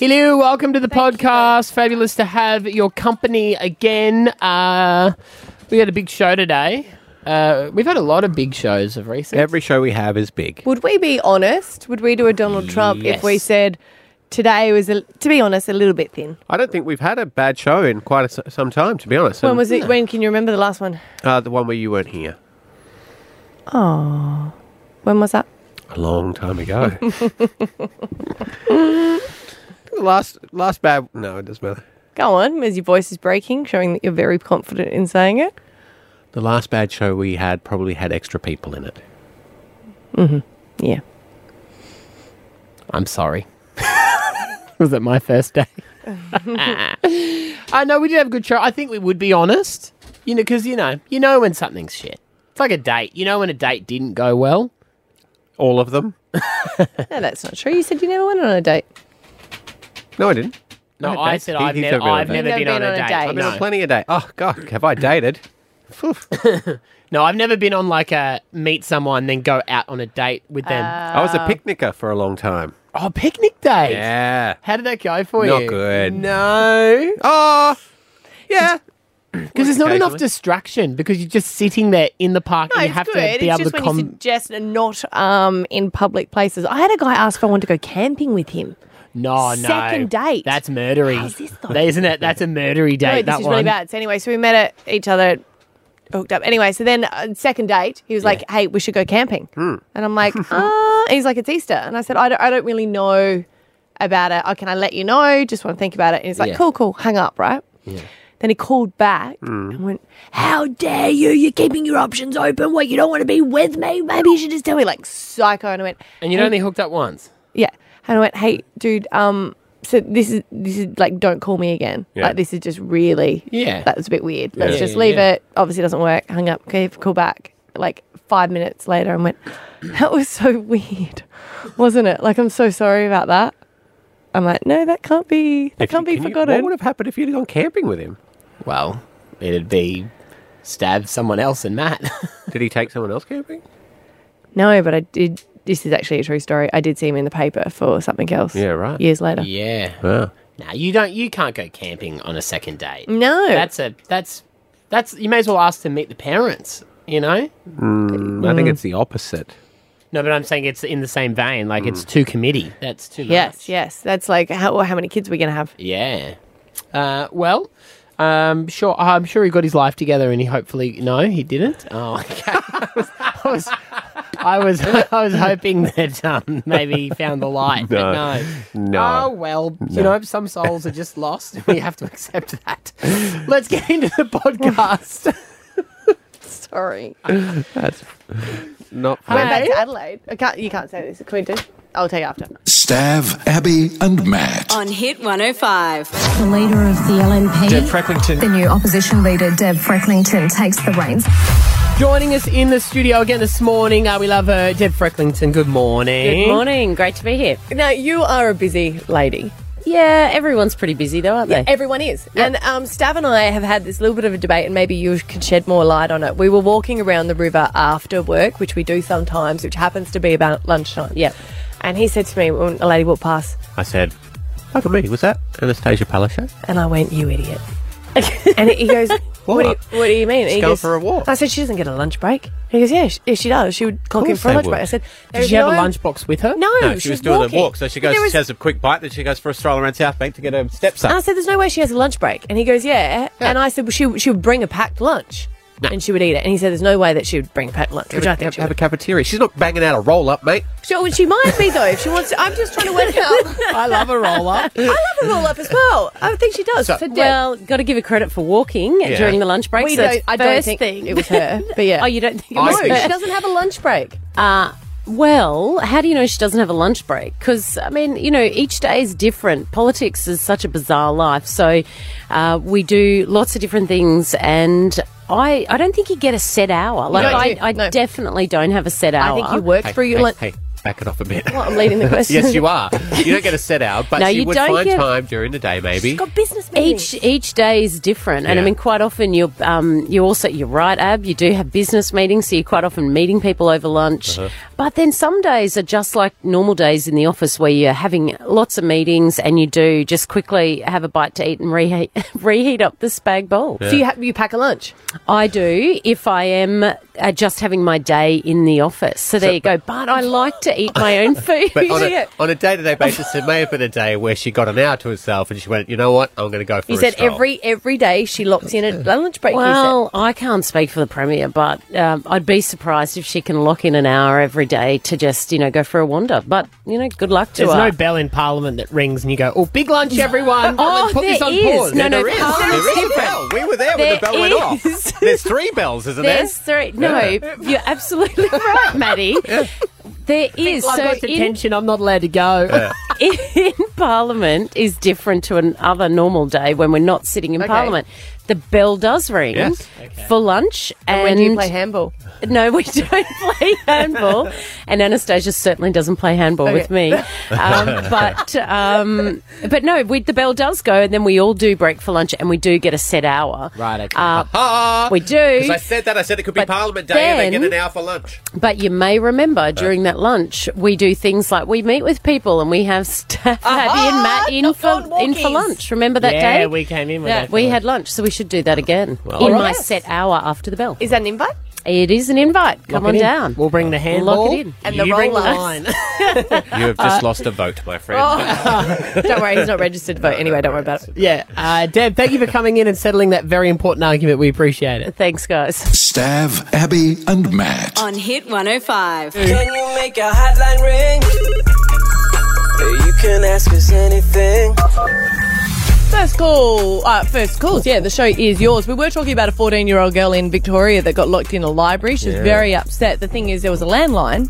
Hello, welcome to the Thank you. podcast. Fabulous to have your company again. Uh, we had a big show today. Uh, we've had a lot of big shows of recent. Every show we have is big. Would we be honest? Would we do a Donald Trump if we Yes. said today was, a, to be honest, a little bit thin? I don't think we've had a bad show in quite a, s- some time, to be honest. When And, was it? When can you remember the last one? uh, the one where you weren't here? When was that? A long time Oh. ago. The last, last bad. No, it doesn't matter. Go on, as your voice is breaking, showing that you're very confident in saying it. The last bad show we had probably had extra people in it. Mm-hmm. Yeah. I'm sorry. was it my first day? Ah. I know we did have a good show. I think we would be honest, you know, because you know, you know when something's shit. It's like a date. You know when a date didn't go well. All of them? No, that's not true. You said you never went on a date. No, I didn't. No, had I dates. said He- I've, he's never, not been on a I've date. never been, on a date. date. I've been no. on plenty of dates. Oh God, have I dated? Phew. No, I've never been on like a meet someone then go out on a date with them. Uh. I was a picnicker for a long time. oh, picnic day. Yeah. How did that go for Not you? good. No, Oh, yeah. because there's not enough Occasionally. distraction because you're just sitting there in the park No, and you it's have good. to be it's able just to when com. you suggest not um, in public places. I had a guy ask if I wanted to go camping with him. No, no. Second date. That's murdery. How's this not- That- Isn't it? That's a murdery date. No, this that is one. really bad. So anyway, so we met at each other, hooked up. Anyway, so then uh, second date, he was like, "Hey, we should go camping," Hmm. and I'm like, "Ah," and he's like, "It's Easter," and I said, "I don't, I don't really know about it. Oh, can I let you know? Just want to think about it." And he's like, Yeah. "Cool, cool." Hung up, right? Then he called back Hmm. and went, How dare you? You're keeping your options open. What, you don't want to be with me? Maybe you should just tell me, like, psycho. And I went, And you'd only hooked up once. yeah. And I went, hey, dude, um, so this is this is like, don't call me again. Yeah. Like, this is just really, Yeah. that was a bit weird. Let's Yeah, just yeah, leave yeah. it. Obviously, doesn't work. Hung up. Okay, call back. Like five minutes later, and went, that was so weird, wasn't it? Like, I'm so sorry about that. I'm like, no, that can't be. That If you- can't be can you- forgotten. what would have happened if you'd gone camping with him? Well, it'd be stab someone else and Matt. Did he take someone else camping? no, but I did. This is actually a true story. I did see him in the paper for something else. Yeah, right. Years later. yeah. Wow. No, you don't. You can't go camping on a second date. No, That's a. That's. That's. You may as well ask to meet the parents. You know. Mm, I think it's the opposite. No, but I'm saying it's in the same vein. Like Mm. it's too committee. That's too much. yes, yes. That's like how how many kids we're gonna have. Yeah. Uh, well, um, sure. I'm sure he got his life together, and he hopefully no, he didn't. Oh, okay. I was, I was, I was hoping that um, maybe he found the light. No. But no. Oh No. well, you know, some souls are just lost. and We have to accept that. Let's get into the podcast. Sorry. That's not Going fair. back to Adelaide. I can't, you can't say this. Can we do? I'll tell you after. Stav, Abby, and Matt. on Hit 105. The leader of the LNP, Deb Frecklington. the new opposition leader, Deb Frecklington, takes the reins. Joining us in the studio again this morning, uh, we love her, Deb Frecklington. Good morning. Good morning. Great to be here. Now you are a busy lady. Yeah, everyone's pretty busy though, aren't they? Everyone is, and um, Stav and I have had this little bit of a debate, and maybe you could shed more light on it. We were walking around the river after work, which we do sometimes, which happens to be about lunchtime. Yep. And he said to me when a lady walked past, I said, look at me. Was that Anastasia Palaszczuk? and I went, "You idiot." and he goes, what? do you, what do you mean? Just he go goes, for a walk. I said, she doesn't get a lunch break. And he goes, yeah, she, if she does, she would clock in course for a they lunch would. break. I said, Did she have a lunchbox with her? No, No, she, was doing walking. a walk. So she But goes, there was- Ah, she has a quick bite, then she goes for a stroll around South Bank to get her steps And I up. said, "There's no way she has a lunch break." And he goes, "Yeah." And I said, "Well, she she would bring a packed lunch, and she would eat it." And he said, "There's no way that she would bring a packed lunch," which I think have, she have a would. cafeteria. She's not banging out a roll up, mate. She, she might be though. If she wants, to, I'm just trying to work out. I love a roll up. I love a roll up as well. I think she does. So- For well, Well, got to give her credit for walking Yeah. during the lunch break. we so don't, that's I don't first think thing. it was her, but yeah. oh, you don't think it I was no, think- her? she doesn't have a lunch break. Well, how do you know she doesn't have a lunch break? Because, I mean, you know, each day is different. Politics is such a bizarre life. So uh, we do lots of different things and. I, I don't think you get a set hour. Like don't I, do. I No. definitely don't have a set I hour. think you work through your lunch. Hey, back it off a bit. Well, I'm leading the question. yes, you are. You don't get a set out, but No, you you would don't find get- time during the day, maybe. business Each each day is different, and I Yeah. mean, quite often you um you also you're right, Ab. You do have business meetings, so you're quite often meeting people over lunch. Uh-huh. But then some days are just like normal days in the office, where you're having lots of meetings, and you do just quickly have a bite to eat and reheat reheat up the spag bowl. So you ha- you pack a lunch. I do if I am uh, just having my day in the office. So there you go. But I like to eat my own food. But on a, Idiot. on a day-to-day basis, it may have been a day where she got an hour to herself and she went, you know what, I'm going to go for You a said stroll." every every day she locks in at lunch break. you Well, I can't speak for the premier, but um, I'd be surprised if she can lock in an hour every day to just you know go for a wander. But you know, good luck to There's her. no bell in Parliament that rings and you go, oh, big lunch, everyone. Oh, Let's put this there on is. pause. No, Yeah, no, there is. Parliament's There is a different. bell. We were there when the There bell went is. off. There's three bells, isn't There's three. No, you're absolutely right, Maddie. There is I've so got in, detention. I'm not allowed to go. in Parliament is different to another normal day when we're not sitting in Okay. Parliament. The bell does ring Yes. for lunch, and, said. When do you play handball? No, we don't play handball, and Anastasia certainly doesn't play handball with me. Um, but um, but no, we, the bell does go, and then we all do break for lunch, and we do get a set hour. Right, okay. Uh, there? we do, Because I said that. I said it could be But Parliament Day and they get then- an hour for lunch. but you may remember during that lunch we do things like we meet with people and we have staff Ah, Abby and Matt in for in for walkies. lunch. Remember that yeah, day? we came in with yeah, that. we feeling. had lunch, so we should do that again in my set hour after the bell. Is that an invite? It is an invite. Come Lock on it in. down. We'll bring the handball. Lock it in. And the you bring the rollers. line. You have just lost a vote, my friend. Oh. don't worry, he's not registered to vote anyway. Don't worry about it. yeah. Uh, Deb, thank you for coming in and settling that very important argument. We appreciate it. Thanks, guys. Stav, Abby, and Matt. On Hit 105. Can you make a hotline ring? Yeah, You can ask us anything. First call, uh, first calls. Yeah, the show is yours. We were talking about a 14-year-old girl in Victoria that got locked in a library. She's very upset. The thing is, there was a landline,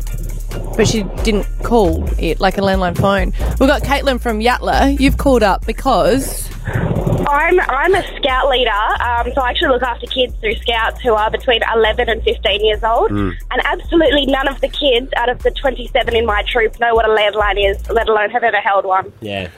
but she didn't call it like a landline phone. We've got Caitlin from Yatla. You've called up because I'm I'm a scout leader, um, so I actually look after kids through scouts who are between 11 and 15 years old. And absolutely none of the kids out of the 27 in my troop know what a landline is, let alone have ever held one. Yeah.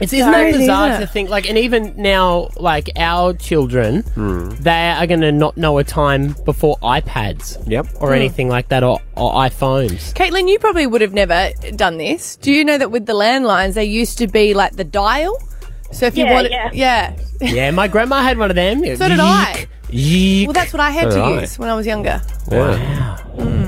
It's, isn't Sorry, that bizarre isn't it? to think? Like, and even now, like our children, Hmm. they are going to not know a time before iPads, Yep. or Hmm. anything like that, or, or iPhones. Caitlin, you probably would have never done this. Do you know that with the landlines, they used to be like the dial? So if you Yeah, wanted, yeah. yeah. yeah, my grandma had one of them. So did I. Yeek. Well, that's what I had to Right. use when I was younger.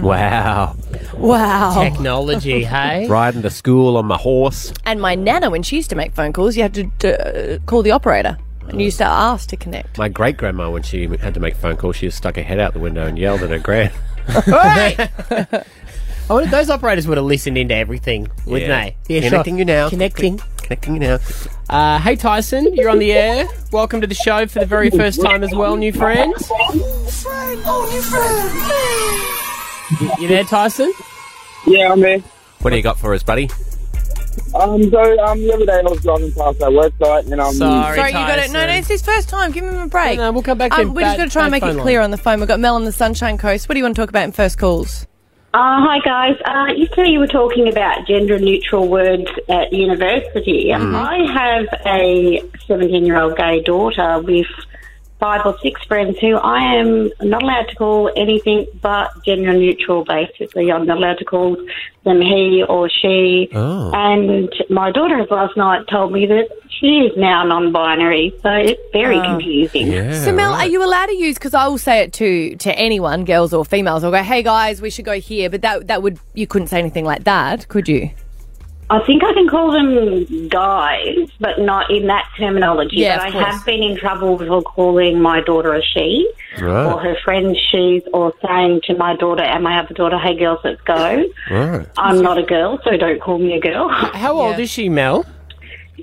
Wow. Wow. Technology, hey. Riding to school on my horse. And my nana, when she used to make phone calls, you had to uh, call the operator and you used to ask to connect. My great grandma, when she had to make phone calls, she just stuck her head out the window and yelled at her grand. I wonder, those operators would have listened into everything, wouldn't Yeah. they? Yeah, Connecting you now. Connecting. Connecting you now. Uh, hey, Tyson, you're on the air. Welcome to the show for the very first time as well, new friend. You there, Tyson? Yeah, I'm there. What do you got for us, buddy? Um, so um, the other day I was driving past that website and um, Sorry, Sorry, you got it. No, no, it's his first time. Give him a break. No, we'll come back to Um, him. we're just Bad- going to try and bad make it phone clear line. on the phone. We've got Mel on the Sunshine Coast. What do you want to talk about in first calls? Uh, hi guys, uh, you two you were talking about gender neutral words at university. I have a 17 year old gay daughter with five or six friends who I am not allowed to call anything but gender neutral basically. I'm not allowed to call them he or she. Oh. And my daughter last night told me that she is now non binary, so it's very confusing. so, Mel, are you allowed to use? Because I will say it to to anyone, girls or females. I'll go, "Hey guys, we should go here," but that that would you couldn't say anything like that, could you? I think I can call them guys, but not in that terminology. Yeah, but of I course. have been in trouble for calling my daughter a she or her friend she's or saying to my daughter and my other daughter, hey girls, let's go. Right. I'm not a girl, so don't call me a girl. How old Yeah. is she, Mel?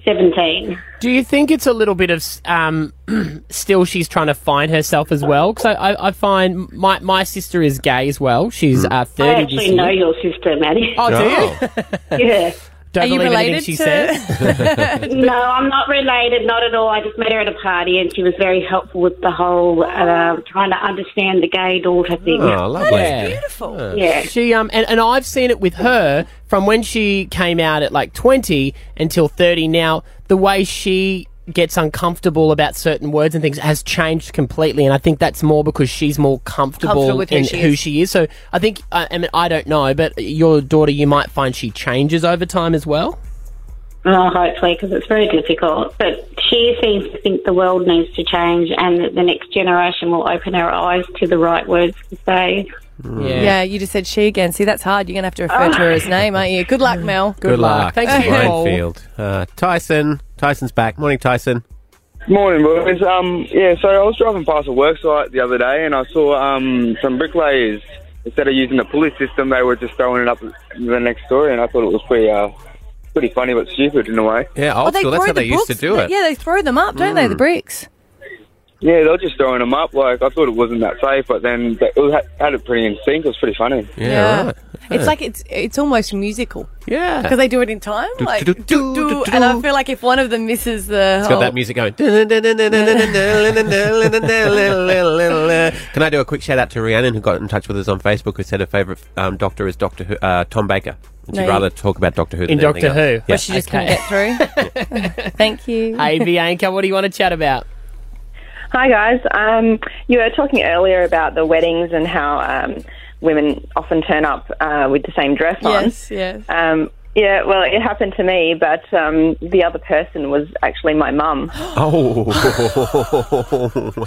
17. Do you think it's a little bit of um, still she's trying to find herself as well? Because I, I, I find my my sister is gay as well. She's uh, Hmm. I thirty this actually know year. your sister, Maddie. Oh, do you? Oh. yeah. Don't Are you believe anything related she to- says. No, I'm not related, not at all. I just met her at a party and she was very helpful with the whole uh, trying to understand the gay daughter thing. Oh, lovely. Ah. Yeah. Beautiful. Yeah. She um and, and I've seen it with her from when she came out at like twenty until thirty now, the way she gets uncomfortable about certain words and things has changed completely and I think that's more because she's more comfortable, Comfortable with who in she who is. she is. So I think uh, I, I mean I don't know, but your daughter you might find she changes over time as well. Well, Oh, hopefully, because it's very difficult. But she seems to think the world needs to change and that the next generation will open her eyes to the right words to say. Yeah, you just said she again. See, that's hard. You're going to have to refer to her as name, aren't you? Good luck, Mel. Good luck. Thanks for your call. Minefield. Uh, Tyson. Tyson's back. Morning, Tyson. Morning, boys. Um, yeah, so I was driving past a worksite the other day and I saw um, some bricklayers. Instead of using the pulley system, they were just throwing it up the next story, and I thought it was pretty, uh, pretty funny but stupid in a way. Yeah, old school. Oh, That's throw how the they used to bricks- do it. Mm. Yeah, they throw them up, don't they? The bricks. Yeah, they were just throwing them up. Like I thought it wasn't that safe, but then they- it was, had it pretty in sync. It was pretty funny. Yeah, right. It's like it's it's almost musical Yeah. because they do it in time, like do, do, do, and I do. feel like if one of them misses the It's whole, got that music going. Can I do a quick shout out to Rhiannon, who got in touch with us on Facebook, who said her favourite um, doctor is Doctor who, uh, Tom Baker. And she'd No, you- rather talk about Doctor Who than In anything Doctor Who. else. but she just couldn't get through. Thank you. Hey Bianca, what do you want to chat about? Hi guys. Um, you were talking earlier about the weddings and how um, women often turn up uh, with the same dress yes, yes. on. Um, yeah, well, it happened to me, but um, the other person was actually my mum. Oh,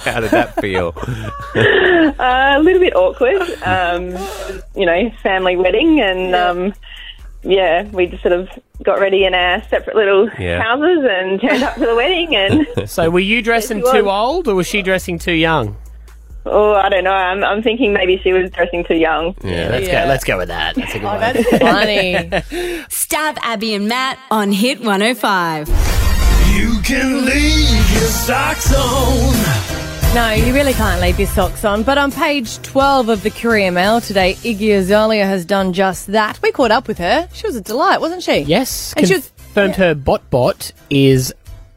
how did that feel? Uh, a little bit awkward, um, you know, family wedding, and um, yeah, we just sort of got ready in our separate little Yeah. houses and turned up to the wedding. And So were you dressing she too was. old or was she dressing too young? oh, I don't know. I'm, I'm thinking maybe she was dressing too young. Yeah. Let's go let's go with that. That's a good one. That's funny. Stab Abby and Matt on Hit 105. You can leave your socks on. No, you really can't leave your socks on. But on page 12 of the Courier Mail today, Iggy Azalea has done just that. We caught up with her. She was a delight, wasn't she? Yes, And she was- confirmed her bot bot is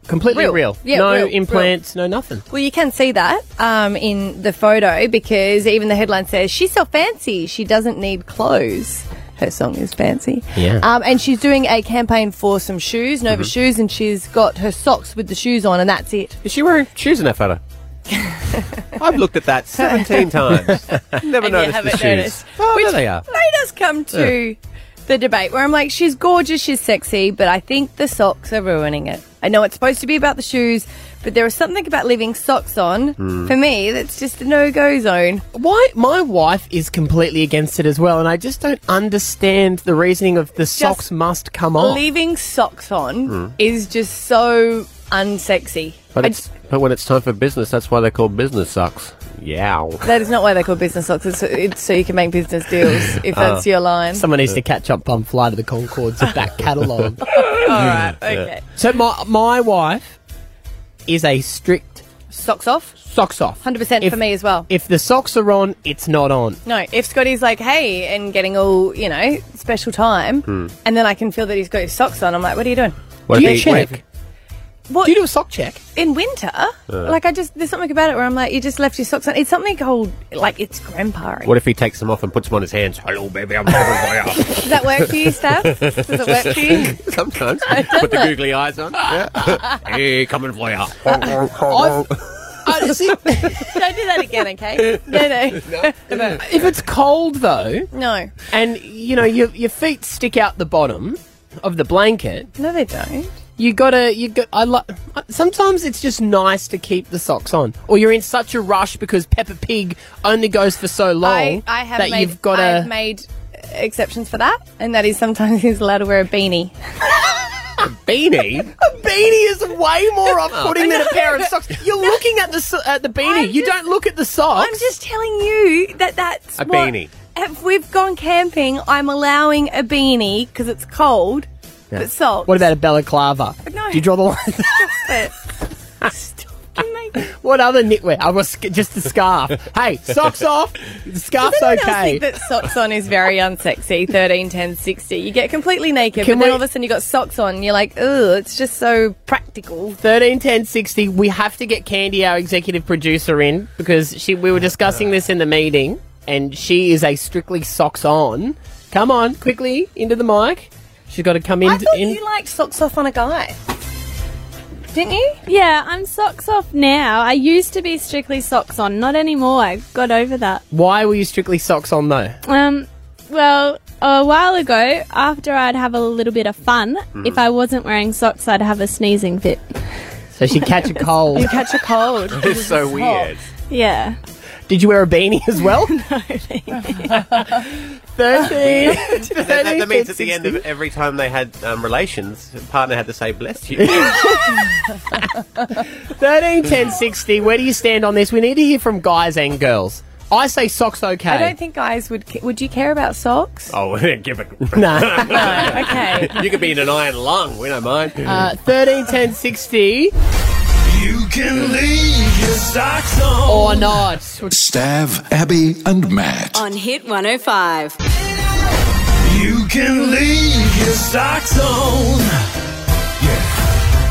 completely Real. real. Yeah, no real, implants, no nothing. Well, you can see that um, in the photo because even the headline says she's so fancy. She doesn't need clothes. Her song is fancy. Yeah. Mm-hmm. Um, and she's doing a campaign for some shoes, Nova shoes, and she's got her socks with the shoes on, and that's it. Is she wearing shoes in that photo? I've looked at that 17 times. Never noticed the haven't shoes. noticed. Oh, there they are. made us come to the debate where I'm like, she's gorgeous, she's sexy, but I think the socks are ruining it. I know it's supposed to be about the shoes, but there is something about leaving socks on Mm. for me that's just a no go zone. Why? My wife is completely against it as well, and I just don't understand the reasoning of the socks must come Mm. off. Leaving socks on is just so unsexy. But, I it's, but when it's time for business, that's why they're called business socks. Yeah. that is not why they call business socks. It's, it's so you can make business deals, if that's your line. Uh, Someone needs to catch up on Flight of the Concorde's back catalogue. All right, okay. so my my wife is a strict Socks off, socks off. 100% If- for me as well. If the socks are on, it's not on. No, if Scotty's like, hey, and getting all, you know, special time, and then I can feel that he's got his socks on, I'm like, what are you doing? Hmm. What do if you he- what if- check? What, Do you do a sock check? in winter, like, I just, there's something about it where I'm like, you just left your socks on. It's something called, like, it's grandpa. What if he takes them off and puts them on his hands? Hello, baby, I'm Robert Boyer. Does that work for you, Steph? Does it work for you? Sometimes. Put the googly eyes on. Yeah. hey, come and fly up. I, see, Don't do that again, okay? No, no. if it's cold though, No. and you know your your feet stick out the bottom of the blanket. No, they don't. You gotta you got. I like. Sometimes it's just nice to keep the socks on, or you're in such a rush because Peppa Pig only goes for so long I, I have Oh, that made, you've got I've to. made exceptions for that, and that is sometimes he's allowed to wear a beanie. Beanie? A beanie is way Oh. more off-putting than a pair of socks. You're looking at the so- at the beanie. I'm you just- don't look at the socks. I'm just telling you that that's A what- beanie. If we've gone camping, I'm allowing a beanie because it's cold. But socks. What about a balaclava? No. Do you draw the line? Stop it. Stop. Can they- What other knitwear? I was just the scarf. hey, socks off. The scarf's Does anyone else okay. think that socks on is very unsexy? 13, 10, 60. You get completely naked, Can but then we- all of a sudden you got socks on. And you're like, ugh, it's just so practical. 13 10 60 we have to get candy our executive producer in because she we were discussing this in the meeting and she is a strictly socks on come on quickly into the mic she's got to come in, I thought in you liked socks off on a guy. Didn't you? Yeah, I'm socks off now. I used to be strictly socks on, not anymore. I got over that. why were you strictly socks on though Um, well, a while ago, after I'd have a little bit of fun, Hmm. Mm. if I wasn't wearing socks, I'd have a sneezing fit. so she'd catch a cold You catch a cold. That is so weird. Yeah. did you wear a beanie as well no 13 that, that- that means at the end of every time they had um, relations, the partner had to say, bless you. 13 10 60 where do you stand on this we need to hear from guys and girls i say socks okay I don't think guys would. ca- Would you care about socks? oh, give a... No. okay. you could be in an iron lung, we don't mind. Uh, 13, 10, 60. You can leave your socks on. Or not. Stav, Abby, and Matt. On Hit 105. You can leave your socks on.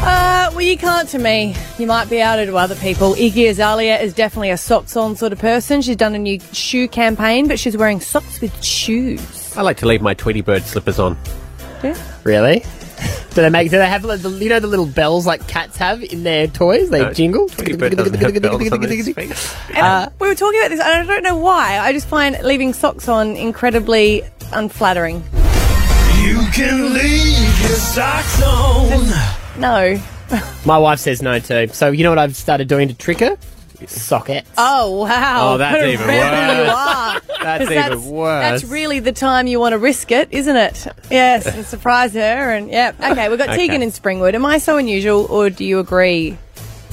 Uh, well, you can't to me. You might be outed to other people. Iggy Azalea is definitely a socks on sort of person. She's done a new shoe campaign, but she's wearing socks with shoes. I like to leave my Tweety Bird slippers on. Yeah. Really? Do they make? Do they have like, the, you know the little bells like cats have in their toys? They No, jingle. Tweety Bird doesn't have bells on its feet. And Uh, we were talking about this, and I don't know why. I just find leaving socks on incredibly unflattering. You can leave your socks on. No. My wife says no too. So you know what I've started doing to trick her? Socket. Oh wow. Oh, that's What a even worse. rebel You are. That's 'Cause even worse. That's really the time you want to risk it, isn't it? Yes, and surprise her and yeah. Okay, we've got Okay. Tegan in Springwood. Am I so unusual or do you agree?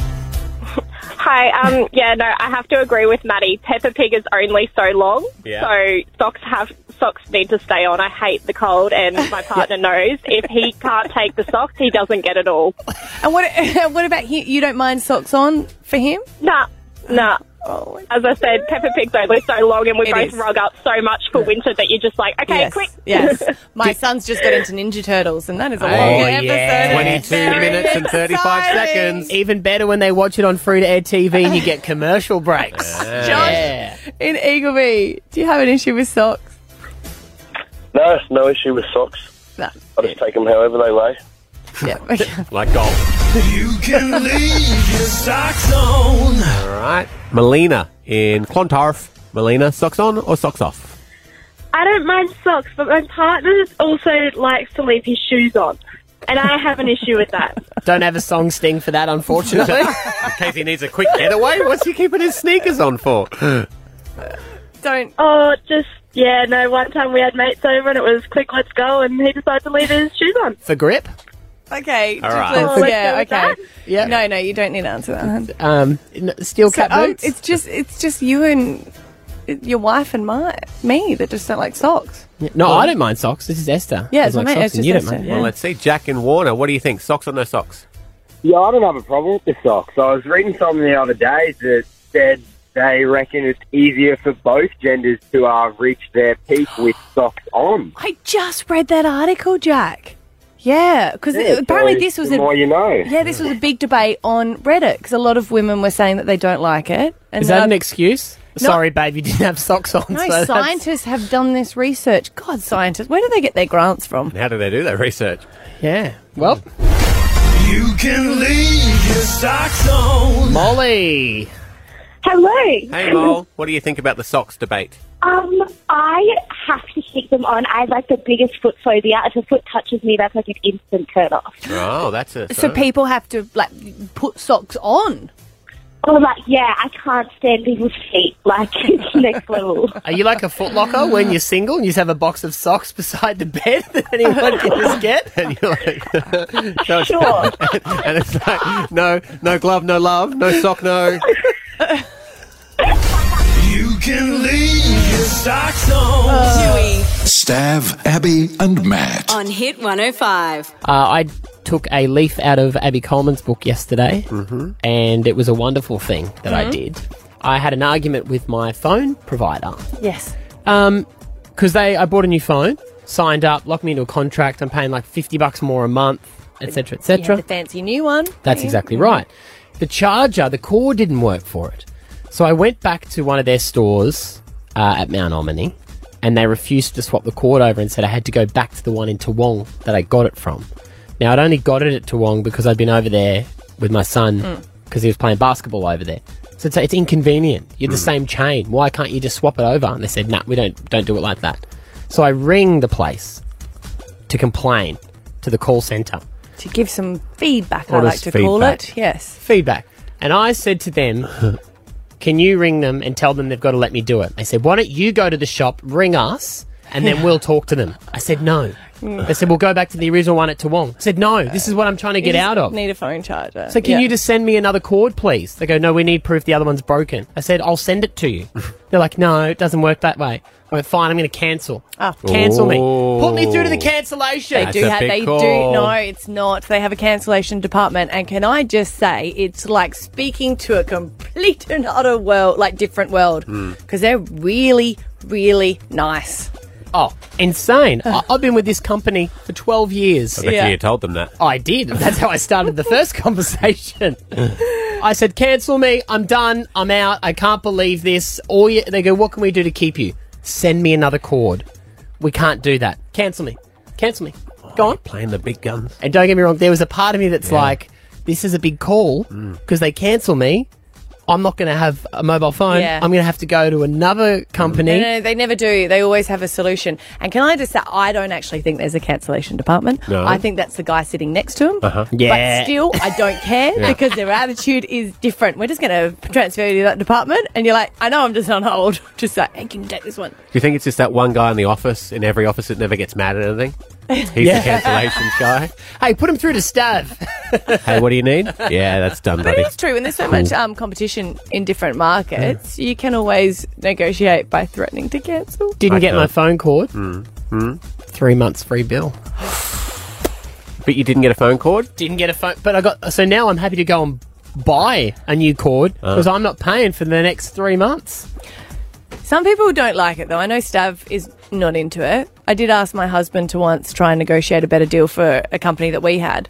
Hi. Um, yeah, no, I have to agree with Maddie. Peppa Pig is only so long, Yeah. so socks have socks need to stay on. I hate the cold, and my partner knows if he can't take the socks, he doesn't get it all. And what what about he, you don't mind socks on for him? Nah, nah. As I said, Peppa Pig's only so long, and we Oh. It both is. rug up so much for winter that you're just like, okay, yes, quick. Yes. My son's just got into Ninja Turtles, and that is a long episode. exciting. Even better when they watch it on free to air TV and you get commercial breaks. Josh in Eagleby, do you have an issue with socks? No, no issue with socks. No. I just take them however they lay. Yeah. like golf. You can leave your socks on. All right. Melina in Clontarf. Melina, socks on or socks off? I don't mind socks, but my partner also likes to leave his shoes on. And I have an issue with that. Don't have a song sting for that, unfortunately. Casey needs a quick getaway. What's he keeping his sneakers on for? Don't. Oh, just, yeah, no. One time we had mates over and it was quick, let's go, and he decided to leave his shoes on. For grip. Okay. All just right. let's- Oh, let's yeah. go with Okay. that. Yeah. No, no, you don't need to answer that. Um, n- steel So, cap um, boots. it's just it's just you and your wife and my me that just don't like socks. No, I don't mind socks. This is Esther. Yeah, it's Doesn't my mate. socks It's and just you don't Esther, mind. Well, let's see. Jack and Warner, what do you think? Socks or no socks? Yeah, I don't have a problem with the socks. I was reading something the other day that said they reckon it's easier for both genders to uh, reach their peak with socks on. I just read that article, Jack. Yeah, because Yeah, apparently so this was the a more you know. Yeah, this was a big debate on Reddit because a lot of women were saying that they don't like it. is that now- an excuse? No. Sorry, babe, you didn't have socks on. so No, that's- scientists have done this research. God, scientists, where do they get their grants from? And how do they do that research? Yeah. Well, You can leave your socks on. Molly. Hello. Hey, Mole, what do you think about the socks debate? Um, I have to stick them on. I have like the biggest foot phobia. If a foot touches me, that's like an instant turn off. Oh, that's a. So people have to like put socks on. Or Oh, like, yeah, I can't stand people's feet. Like, it's next level. Are you like a footlocker when you're single and you just have a box of socks beside the bed that anyone can just get? And you're like, so it's- and it's like, no, no glove, no love, no sock, no. You can leave your socks on. Oh. Stav, Abby, and Matt. On Hit 105. Uh, I took a leaf out of Abby Coleman's book yesterday, and it was a wonderful thing that I Mhm. did. I had an argument with my phone provider Yes. Um, because they, I bought a new phone, signed up, locked me into a contract. I'm paying like fifty bucks more a month, etc., You had etc. the fancy new one. That's exactly right. The charger, the cord didn't work for it. So I went back to one of their stores uh, at Mount Omni and they refused to swap the cord over and said I had to go back to the one in Toowong that I got it from. Now, I'd only got it at Toowong because I'd been over there with my son Mm. because he was playing basketball over there. So it's, it's inconvenient. You're the same chain. Why can't you just swap it over? And they said, no, we don't, don't do it like that. So I ring the place to complain to the call centre To give some feedback, I What like is to call feedback? it. Yes. feedback. And I said to them, Can you ring them and tell them they've got to let me do it? They said, Why don't you go to the shop, ring us, and then we'll talk to them? I said, No. Mm. They said, We'll go back to the original one at Toowong. I said, No, this is what I'm trying to You get just out of. Need a phone charger. So can Yeah. you just send me another cord, please? They go, no, we need proof the other one's broken. I said, I'll send it to you. They're like, no, it doesn't work that way. I went, fine, I'm going to cancel. Ah, Cancel me. Put me through to the cancellation. They do have. They do. No, it's not. They have a cancellation department, and can I just say, it's like speaking to a complete and utter world, like different world, Hmm. because they're really, really nice. Oh, insane. I- I've been with this company for 12 years. I bet you told them that. I did. That's how I started the first conversation. I said, "Cancel me. I'm done. I'm out. I can't believe this." All you, they go, "What can we do to keep you?" Send me another cord. We can't do that. Cancel me. Cancel me. Go on. Playing the big guns. And don't get me wrong, there was a part of me that's like, "This is a big call Mm. because they cancel me. I'm not going to have a mobile phone. Yeah. Mm. I'm going to have to go to another company." No, no, they never do. They always have a solution. And can I just say, I don't actually think there's a cancellation department. No. I think that's the guy sitting next to him. Uh-huh. Yeah. But still, I don't care Yeah. because their attitude is different. We're just going to transfer you to that department. And you're like, I know I'm just on hold. Just like, hey, can you take this one? Do you think it's just that one guy in the office, in every office, that never gets mad at anything? He's Yeah. the cancellations guy. Hey, put him through to Stav. Hey, what do you need? Yeah, that's done, But buddy. it is true, and there's so much um, competition in different markets. You can always negotiate by threatening to cancel. Didn't get my can't. phone cord. Mm. Mm. Three months free bill. But you didn't get a phone cord? Didn't get a phone, but I got. So now I'm happy to go and buy a new cord because Uh. I'm not paying for the next three months. Some people don't like it though. I know Stav is not into it. I did ask my husband to once try and negotiate a better deal for a company that we had,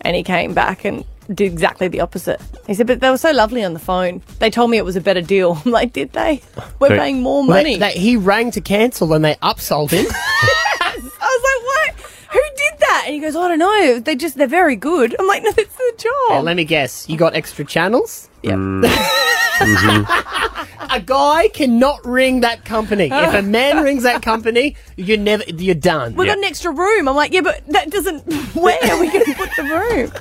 and he came back and did exactly the opposite. He said, "But they were so lovely on the phone. They told me it was a better deal." I'm like, "Did they? We're They- paying more Well, they- money." they- he rang to cancel and they upsold him. I was like, "What? Who did that?" And he goes, "Oh, "I don't know. They just they're very good." I'm like, "No, it's the Hey, job." let me guess. You got extra channels. Yeah. A guy cannot ring that company. if a man rings that company, you're never. You're done. We've got an extra room. I'm like, yeah, but that doesn't. Where are we going to put the room?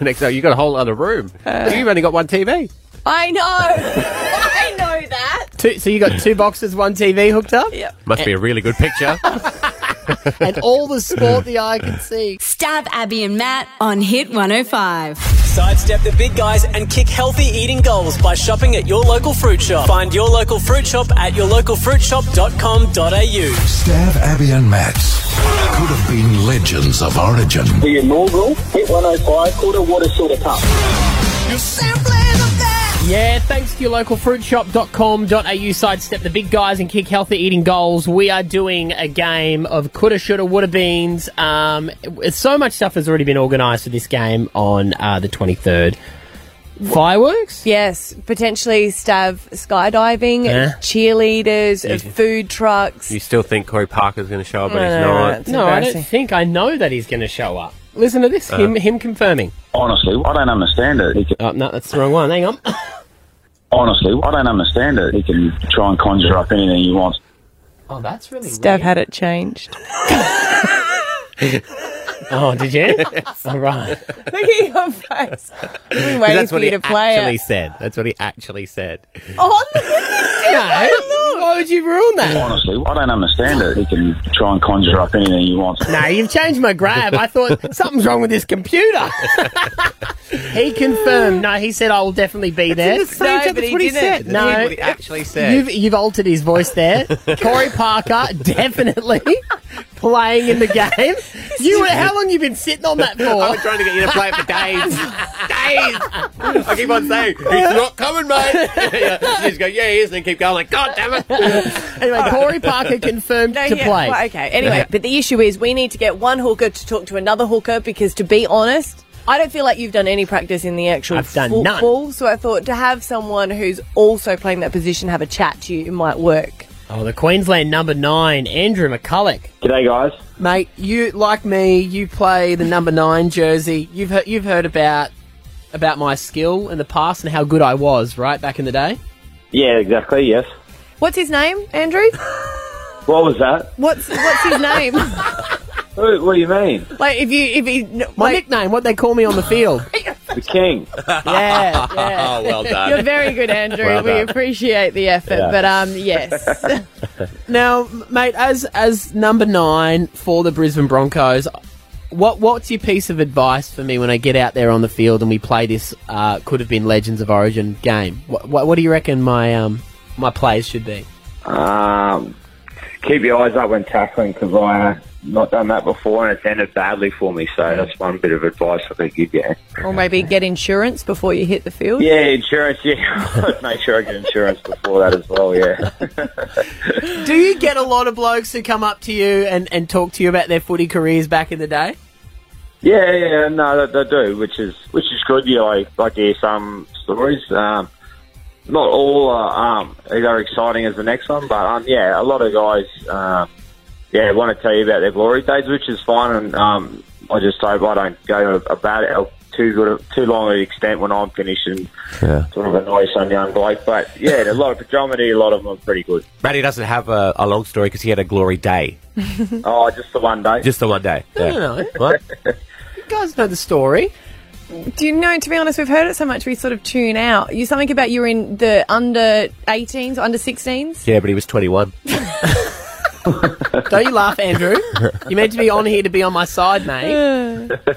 Next time, you got a whole other room. Uh. You've only got one TV. I know. I know that. Two, so you got two boxes, one TV hooked up. Yep. Must be a really good picture. and all the sport the eye can see. Stab Abby and Matt on Hit 105. Sidestep the big guys and kick healthy eating goals by shopping at your local fruit shop. Find your local fruit shop at yourlocalfruitshop.com.au. Stav, Abby, and Matt could have been legends of origin. The inaugural Hit 105 Quarter Water Soda Cup. Yeah, thanks to your local fruitshop.com.au sidestep the big guys and kick healthy eating goals. We are doing a game of coulda, shoulda, woulda beans. Um, it- so much stuff has already been organised for this game on uh, the 23rd. Fireworks? Yes, potentially Stav skydiving, Yeah. cheerleaders, Yeah. food trucks. you still think Corey Parker's going to show up, Oh, but No, he's no, no, not. no, it's No, I don't think I know that he's going to show up. Listen to this, him, Uh-huh. him confirming. Honestly, I don't understand it. He can- Oh, no, that's the wrong one. Hang on. Honestly, I don't understand it. He can try and conjure up anything he wants. Oh, that's really Stav had it changed. Oh, did you? All right. Look at your face. I've been waiting That's for what you he to play actually it. said. That's what he actually said. Oh, look at this. No, Look. Why would you ruin that? Honestly, I don't understand it. You can try and conjure up anything you want. No, you've changed my grab. I thought something's wrong with this computer. he confirmed. No, he said I will definitely be there. the same No, chat, but that's he what he didn't. said. No, That's what he actually said. You've, you've altered his voice there. Corey Parker definitely playing in the game. You, were- how long you been sitting on that for? I've been trying to get you to play it for days. days. I keep on saying it's not coming, mate. you just go, yeah, he is, and then keep going. Like, God damn it. anyway, Corey Parker confirmed No, to yeah, play. well, okay. Anyway, but the issue is we need to get one hooker to talk to another hooker because, to be honest, I don't feel like you've done any practice in the actual I've done none. football. So I thought to have someone who's also playing that position have a chat to you it might work. Oh, the Queensland number nine, Andrew McCulloch. G'day, guys. Mate, you like me, you play the number nine jersey. You've heard, you've heard about about my skill in the past and how good I was, right back in the day. Yeah, exactly. Yes. What's his name, Andrew? What was that? What's what's his name? What, what do you mean? like if you if he My nickname, what they call me on the field. The king. yeah, yeah. Oh, well done. You're very good, Andrew. Well we done. appreciate the effort, Yeah. but um, yes, Now, m- mate, as as number nine for the Brisbane Broncos, what what's your piece of advice for me when I get out there on the field and we play this uh, could have been Legends of Origin game? What, what, what do you reckon my um my plays should be? Um, keep your eyes up when tackling because I uh, not done that before and it's ended badly for me. So that's one bit of advice I could give you. or maybe get insurance before you hit the field. Yeah, insurance. Yeah, make sure I get insurance before that as well. Yeah. Do you get a lot of blokes who come up to you and, and talk to you about their footy careers back in the day? Yeah, yeah, no, they, they do, which is which is good. You know, I, I hear some stories. Um, not all are um, either exciting as the next one, but um, yeah, a lot of guys, um, yeah, want to tell you about their glory days, which is fine. And um, I just hope I don't go about it too good, too long an extent when I'm finishing. Yeah. Sort of annoy some young bloke, but yeah, a lot of predominantly, a lot of them are pretty good. Matty doesn't have a, a long story because he had a glory day, oh, just the one day. just the one day. No, no, no. What? You guys know the story. Do you know? To be honest, we've heard it so much we sort of tune out. You something about you were in the under 18s, under 16s. Yeah, but he was 21. Don't you laugh, Andrew? You meant to be on here to be on my side, mate.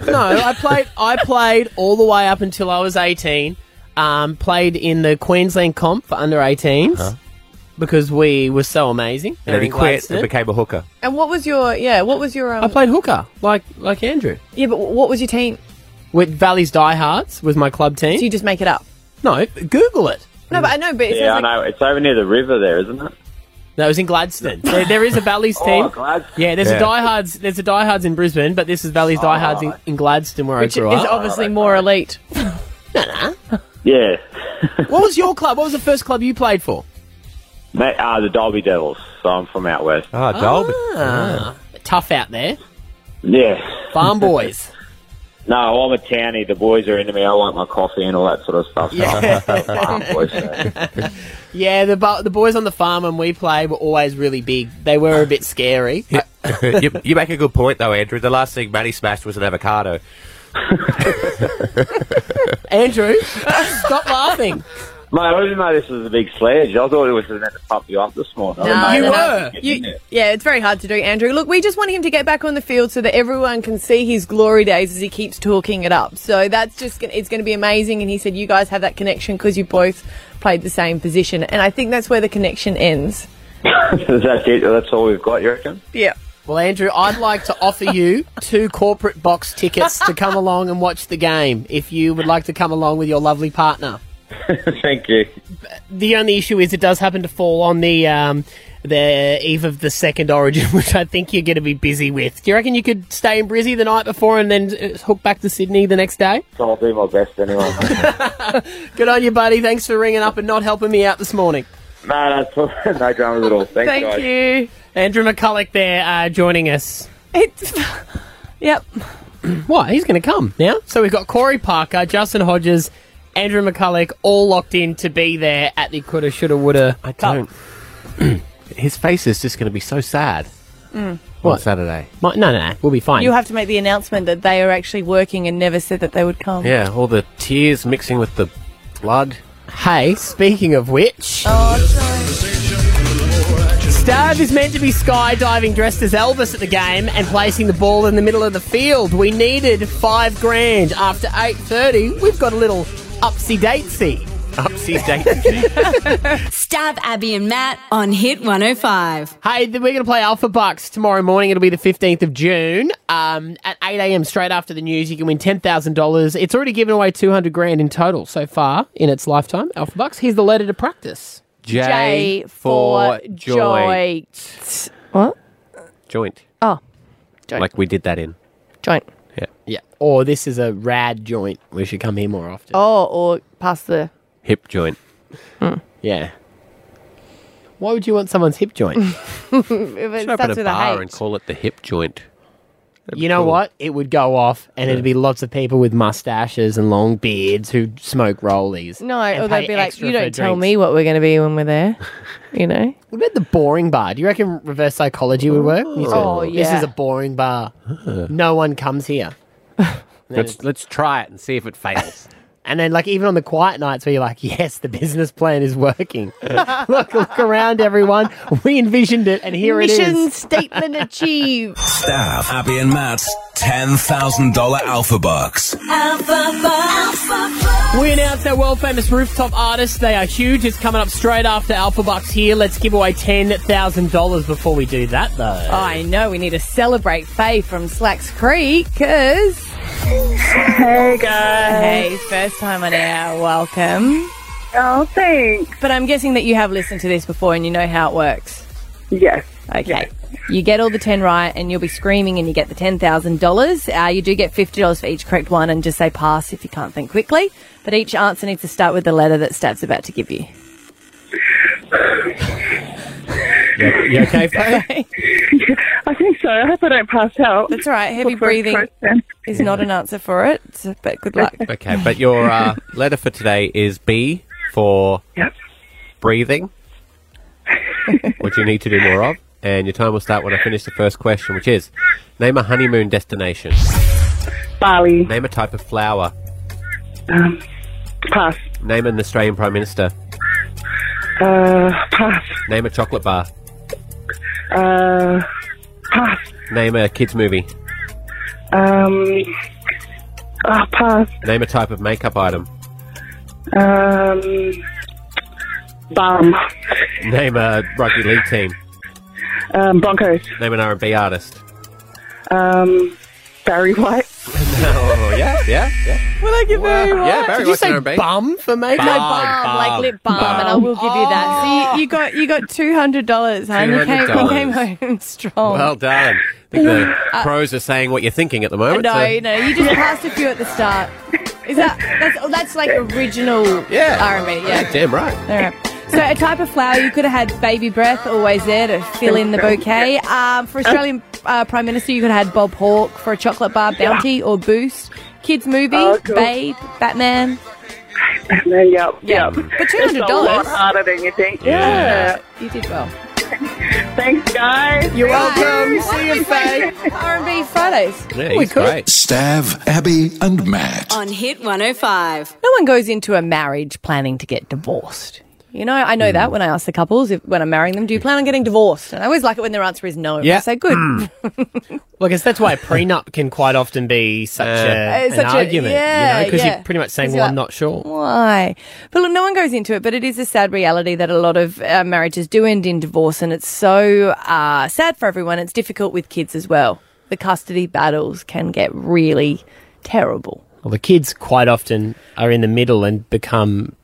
No, I played. I played all the way up until I was eighteen. Um, played in the Queensland comp for under 18s because we were so amazing. Uh-huh. And then he They're in quit Gladstone. and became a hooker. And what was your yeah? What was your um, I played hooker, like like Andrew. yeah? But what was your team? With Valley's Diehards was my club team. Do you just make it up? no, Google it. No, but I know. But it yeah, I sounds like know it's over near the river there, isn't it? That was in Gladstone. there, there is a Valley's team. Yeah, there's Yeah. a diehards. There's a diehards in Brisbane, but this is Valley's diehards in, in Gladstone where which I is grew up. obviously more elite. Yeah, what was your club? What was the first club you played for? They are uh, the Dolby Devils, so I'm from out west. Ah, Dolby. Ah, Tough out there, Yeah. farm boys. No, I'm a townie. The boys are into me. I want my coffee and all that sort of stuff. Yeah. Farm boys, so. yeah, the bu- the boys on the farm when we played were always really big. They were a bit scary. you, you make a good point, though, Andrew. The last thing Matty smashed was an avocado. Andrew, stop laughing. Mate, I didn't know this was a big sledge. I thought it was meant to pump you up this morning. I didn't No, know you that. were. You- yeah, it's very hard to do, Andrew. Look, we just want him to get back on the field so that everyone can see his glory days as he keeps talking it up. So that's just gonna, it's going to be amazing. And he said you guys have that connection because you both played the same position, and I think that's where the connection ends. That's it. That's all we've got. You reckon? Yeah. Well, Andrew, I'd like to offer you two corporate box tickets to come along and watch the game if you would like to come along with your lovely partner. Thank you. The only issue is it does happen to fall on the um, the eve of the second Origin, which I think you're going to be busy with. Do you reckon you could stay in Brizzy the night before and then uh, hook back to Sydney the next day? So I'll do my best anyway. Good on you, buddy. Thanks for ringing up and not helping me out this morning. no, that's all. no dramas at all. Thanks, guys. you. Andrew McCulloch there uh, joining us. It's yep. what? He's going to come now? So we've got Corey Parker, Justin Hodges, Andrew McCulloch all locked in to be there at the coulda, shoulda, woulda. I don't. His face is just going to be so sad Mm. on Saturday. My, no, no, no. We'll be fine. You have to make the announcement that they are actually working and never said that they would Oh. come. Yeah, all the tears mixing with the blood. Hey, speaking of which. Oh, sorry. Stav is meant to be skydiving dressed as Elvis at the game and placing the ball in the middle of the field. We needed five grand. After 8.30, we've got a little upsy-datesy. Upsy-datesy. Stab Abby and Matt on Hit 105. Hey, th- we're going to play Alpha Bucks tomorrow morning. It'll be the 15th of June um, at 8 a.m. straight after the news. You can win $10,000. It's already given away 200 grand in total so far in its lifetime. Alpha Bucks, here's the letter to practice. J for joy. What? Joint. Oh, Like we did that in. Joint. Yeah. Yeah. Or this is a rad joint. We should come here more often. oh, or past the. Hip joint. Hmm. Yeah. Why would you want someone's hip joint? if it Should open starts a with a bar H. and call it the hip joint. You know what? It would go off, and it'd be lots of people with mustaches and long beards who smoke rollies. No, and or they'd pay be like, extra you for don't tell drinks." me what we're going to be when we're there. You know? What about the boring bar? Do you reckon reverse psychology would work? You say, Oh, This yeah. is a boring bar. No one comes here. Let's let's try it and see if it fails. And then, like, even on the quiet nights where you're like, yes, the business plan is working. look, look around, everyone. We envisioned it, and here it Mission is. statement achieved. Stav, Abby and Matt's $10,000 Alpha Bucks. We announced our world famous rooftop artists. They are huge. It's coming up straight after Alpha Bucks here. Let's give away $10,000 before we do that, though. I know Oh, we need to celebrate Faye from Slacks Creek because. Hey guys. Hey, first time on air. Welcome. Oh, thanks. But I'm guessing that you have listened to this before and you know how it works. Yes. Okay. You get all the 10 right and you'll be screaming and you get the $10,000. Uh, you do get $50 for each correct one and just say pass if you can't think quickly. But each answer needs to start with the letter that Stav's about to give you. You, you okay, Faye? I think so. I hope I don't pass out. That's all right. Heavy breathing is not an answer for it, so- but good luck. Okay, but your uh, letter for today is B for breathing, which you need to do more of. And your time will start when I finish the first question, which is name a honeymoon destination. Bali. Name a type of flower. Um, pass. Name an Australian Prime Minister. Uh, pass. Name a chocolate bar. Uh, pass. Name a kids movie. Um, oh, pass. Name a type of makeup item. Um, bum. Name a rugby league team. Um, Broncos. Name an R&B artist. Um, Barry White. oh, yeah, yeah, yeah. Will I give Barry White? Yeah, Barry Did you White's say an R&B. bum for me? Bum, no, bum, bum, Bum, Oh. like lip balm, bum. and I will give you that. So you, you got you got two hundred dollars, hon. You came, you came home strong. Well done. I think the Uh, pros are saying what you're thinking at the moment. no, so- no, you just passed a few at the start. Is that that's oh, that's like original R and B? Yeah. Damn right. All right. So a type of flower you could have had baby breath, always there to fill in the bouquet. Um, for Australian uh, Prime Minister, you could have had Bob Hawke for a chocolate bar, Bounty or Boost. Kids movie, Babe, Batman. Oh, Batman, yep, yep. But two hundred It's a lot dollars harder than you think. Yeah. Yeah. You did well. Thanks, guys. You're welcome. See you, Faye. R&B Fridays. Oh we could. Stav, Abby and Matt. On Hit 105. No one goes into a marriage planning to get divorced. You know, I know that when I ask the couples if, when I'm marrying them, do you plan on getting divorced? And I always like it when their answer is no. I say good. Mm. Hmm. Well, I guess that's why a prenup can quite often be such a, It's an Uh, such a- argument, you yeah, know, because yeah. you're pretty much saying, 'Cause well, you're I'm like- not sure. Why? But look, no one goes into it, but it is a sad reality that a lot of uh, marriages do end in divorce, and it's so uh, sad for everyone. It's difficult with kids as well. The custody battles can get really terrible. Well, the kids quite often are in the middle and become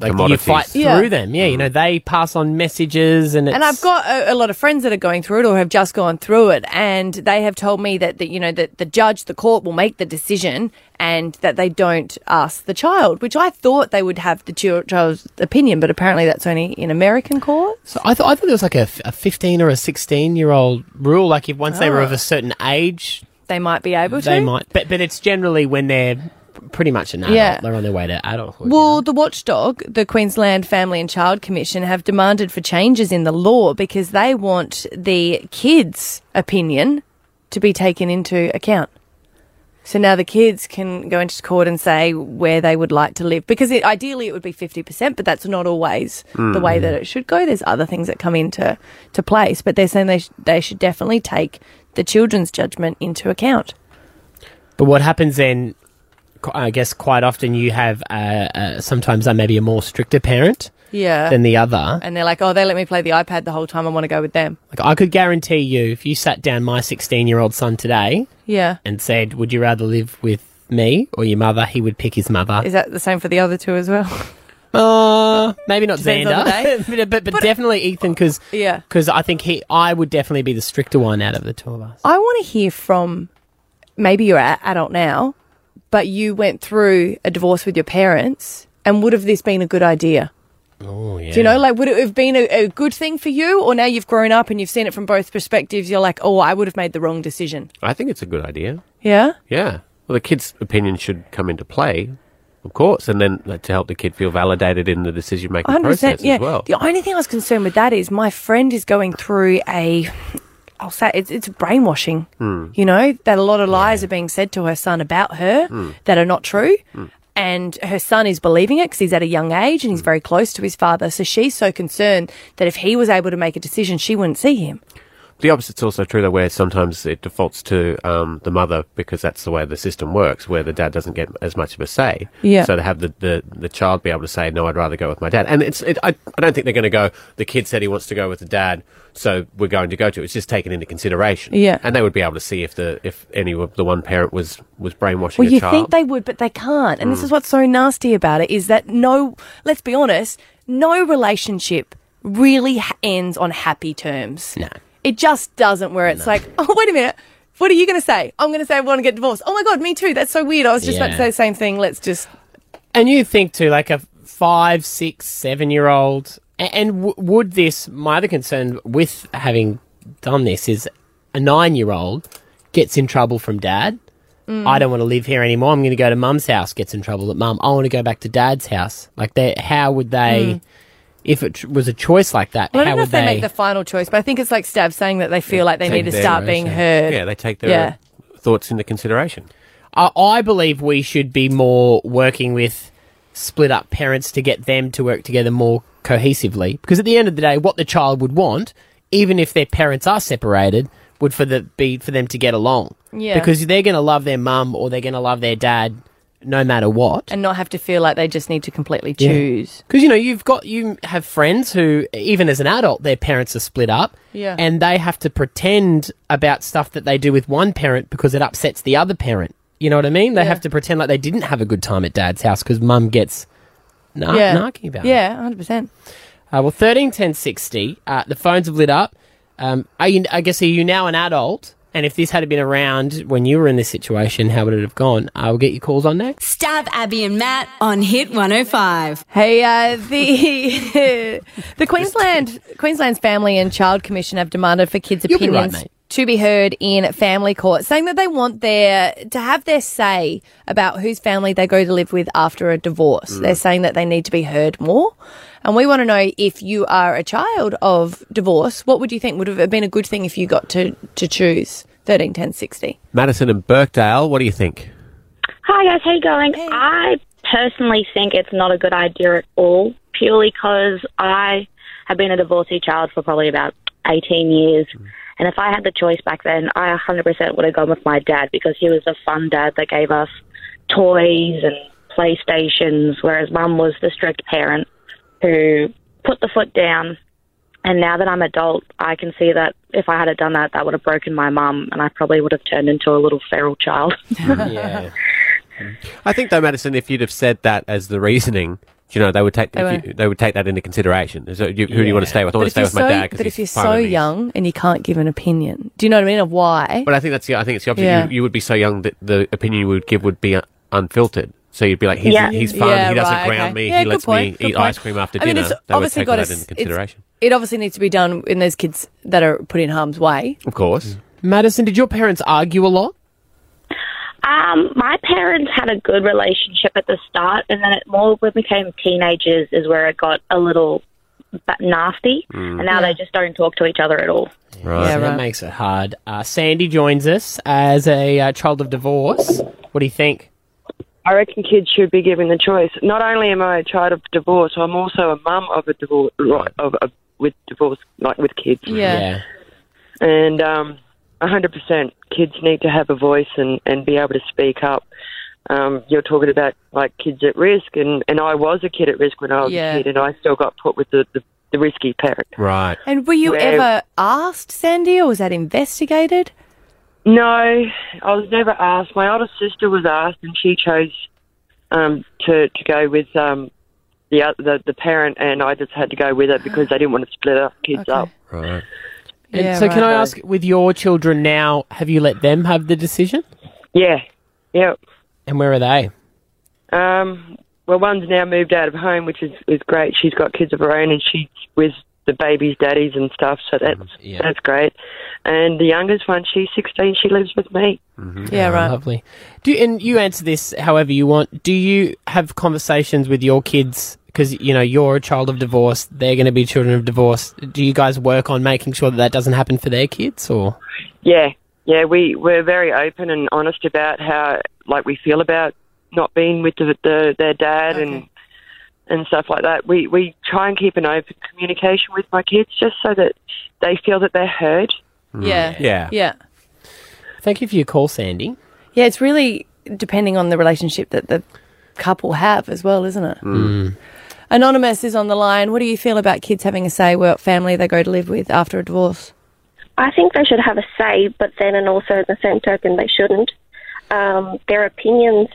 like you Commodities. Mm-hmm. fight through Yeah. them. Yeah, you know, they pass on messages and it's. And I've got a, a lot of friends that are going through it or have just gone through it, and they have told me that, that you know that the judge, the court, will make the decision, and that they don't ask the child, which I thought they would have the chil- child's opinion, but apparently that's only in American courts. So I thought I thought there was like a, f- a 15 or a 16 year old rule. Like if once they Oh. were of a certain age, They might be able to. they might. But but it's generally when they're p- pretty much an adult. Yeah. They're on their way to adulthood. Well, the watchdog, the Queensland Family and Child Commission, have demanded for changes in the law because they want the kids' opinion to be taken into account. So now the kids can go into court and say where they would like to live because it, ideally it would be 50%, but that's not always the Mm. way that it should go. There's other things that come into to place, but they're saying they, sh- they should definitely take the children's judgment into account. But what happens then? qu- I guess quite often you have uh, uh, sometimes they may be a more stricter parent Yeah. than the other. And they're like, oh, they let me play the iPad the whole time. I want to go with them. Like I could guarantee you, if you sat down my sixteen-year-old son today, Yeah. and said, "Would you rather live with me or your mother?" He would pick his mother. Is that the same for the other two as well? Uh, maybe not Depends on the Xander, but, but, but definitely Ethan, because Yeah. I think he, I would definitely be the stricter one out of the two of us. I want to hear from maybe you're an adult now, but you went through a divorce with your parents, and would have this been a good idea? Oh yeah. Do you know, like, would it have been a, a good thing for you, or now you've grown up and you've seen it from both perspectives? You're like, oh, I would have made the wrong decision. I think it's a good idea. Yeah. Yeah. Well, the kid's opinion should come into play, of course, and then like, to help the kid feel validated in the decision making 100%. process yeah. as well. The only thing I was concerned with that is my friend is going through a, I'll say it's, it's brainwashing. Hmm. You know, that a lot of lies are being said to her son about her Hmm. that are not true. Mm. And her son is believing it because he's at a young age and he's very close to his father. So she's so concerned that if he was able to make a decision, she wouldn't see him. The opposite's also true, though, where sometimes it defaults to um, the mother because that's the way the system works, where the dad doesn't get as much of a say. Yeah. So to have the, the, the child be able to say, no, I'd rather go with my dad. And it's it, I, I don't think they're going to go, the kid said he wants to go with the dad, so we're going to go to it. It's just taken into consideration. Yeah. And they would be able to see if the if any of the one parent was, was brainwashing Well, a you child. think they would, but they can't. And this Mm. is what's so nasty about it is that no, let's be honest, no relationship really ha- ends on happy terms. No. It just doesn't, where it's like, oh, wait a minute. What are you going to say? I'm going to say I want to get divorced. Oh my God, me too. That's so weird. I was just about to Yeah. say the same thing. Let's just. And you think too, like a five, six, seven-year-old, and, and w- would this? My other concern with having done this is a nine-year-old gets in trouble from dad. Mm. I don't want to live here anymore. I'm going to go to mum's house. Gets in trouble at mum. I want to go back to dad's house. Like, they, how would they? Mm. If it tr- was a choice like that, Well, I how don't know would if they, make the final choice, but I think it's like Stav saying that they feel like they need to start being heard. Yeah, they take their Yeah. thoughts into consideration. I, I believe we should be more working with split up parents to get them to work together more cohesively. Because at the end of the day, what the child would want, even if their parents are separated, would for the be for them to get along. Yeah. Because they're going to love their mum or they're going to love their dad, no matter what. And not have to feel like they just need to completely Yeah. choose. Because you know you've got you have friends who even as an adult their parents are split up, Yeah. and they have to pretend about stuff that they do with one parent because it upsets the other parent. You know what I mean? They Yeah. have to pretend like they didn't have a good time at dad's house because mum gets nar- yeah. narky about it. Yeah, 100%. Uh, well, thirteen ten sixty. Uh, the phones have lit up. Um, are you, I guess are you now an adult? And if this had been around when you were in this situation, how would it have gone? I will get your calls on next. Stab Abby and Matt on Hit 105. Hey, uh, the the Queensland Queensland's Family and Child Commission have demanded for kids' You'll be right, opinions mate. to be heard in family court, saying that they want their to have their say about whose family they go to live with after a divorce. Mm. They're saying that they need to be heard more. And we want to know if you are a child of divorce, what would you think would have been a good thing if you got to, to choose 13, 10, 60? Madison and Birkdale, what do you think? Hi guys, how you going? I personally think it's not a good idea at all, purely because I have been a divorcee child for probably about 18 years. And if I had the choice back then, I 100% would have gone with my dad because he was the fun dad that gave us toys and PlayStations, whereas mum was the strict parent who put the foot down. And now that I'm adult, I can see that if I had have done that, that would have broken my mum, and I probably would have turned into a little feral child. yeah. I think though, Madison, if you'd have said that as the reasoning, you know, they would take They if you, they would take that into consideration. So you, Who do you want to stay with? I But want to if stay you're with my so- dad. 'cause But he's if you're fine so with me. young and you can't give an opinion, do you know what I mean? Of why? but I think that's the I think it's the opposite. Yeah. You, you would be so young that the opinion you would give would be uh, unfiltered. So you'd be like, he's, Yeah. he's fun. Yeah, he doesn't right, ground okay. me. Yeah, he good lets point, me good eat point. ice cream after I mean, dinner. it's they would obviously take got all a that s- into it's- consideration, It obviously needs to be done when there's kids that are put in harm's way. of course. Madison, did your parents argue a lot? Um, my parents had a good relationship at the start, and then it more when we became teenagers is where it got a little ba- nasty, Mm. and now Yeah. they just don't talk to each other at all. Right. so that makes it hard. Uh, Sandy joins us as a uh, child of divorce. What do you think? I reckon kids should be given the choice. Not only am I a child of divorce, I'm also a mum of a divorce of a, with divorce, like with kids. yeah. And um, 100% kids need to have a voice and, and be able to speak up. Um, you're talking about like kids at risk, and, and I was a kid at risk when I was Yeah. a kid, and I still got put with the, the, the risky parent. Right. And were you Where- ever asked, Sandy, or was that investigated? No, I was never asked. My older sister was asked, and she chose um, to to go with um, the, oth- the the parent, and I just had to go with it because they didn't want to split up kids up. Mm. Right. And Yeah, so, can I right. ask, with your children now, have you let them have the decision? Yeah, yeah. And where are they? Um, well, one's now moved out of home, which is, is great. She's got kids of her own, and she's with the baby's daddies and stuff, so that's that's great. And the youngest one, she's 16. She lives with me. Yeah, right. Oh, Lovely. Do and you answer this however you want. Do you have conversations with your kids? Because you know you're a child of divorce. They're going to be children of divorce. Do you guys work on making sure that that doesn't happen for their kids? Or Yeah, yeah. We we're very open and honest about how like we feel about not being with the, the, their dad and and stuff like that. We we try and keep an open communication with my kids just so that they feel that they're heard. Yeah. Yeah. Yeah. thank you for your call, Sandy. Yeah, it's really depending on the relationship that the couple have as well, isn't it? Hmm. Anonymous is on the line. What do you feel about kids having a say what family they go to live with after a divorce? I think they should have a say, but then, and also in the same token, they shouldn't. Um, their opinions,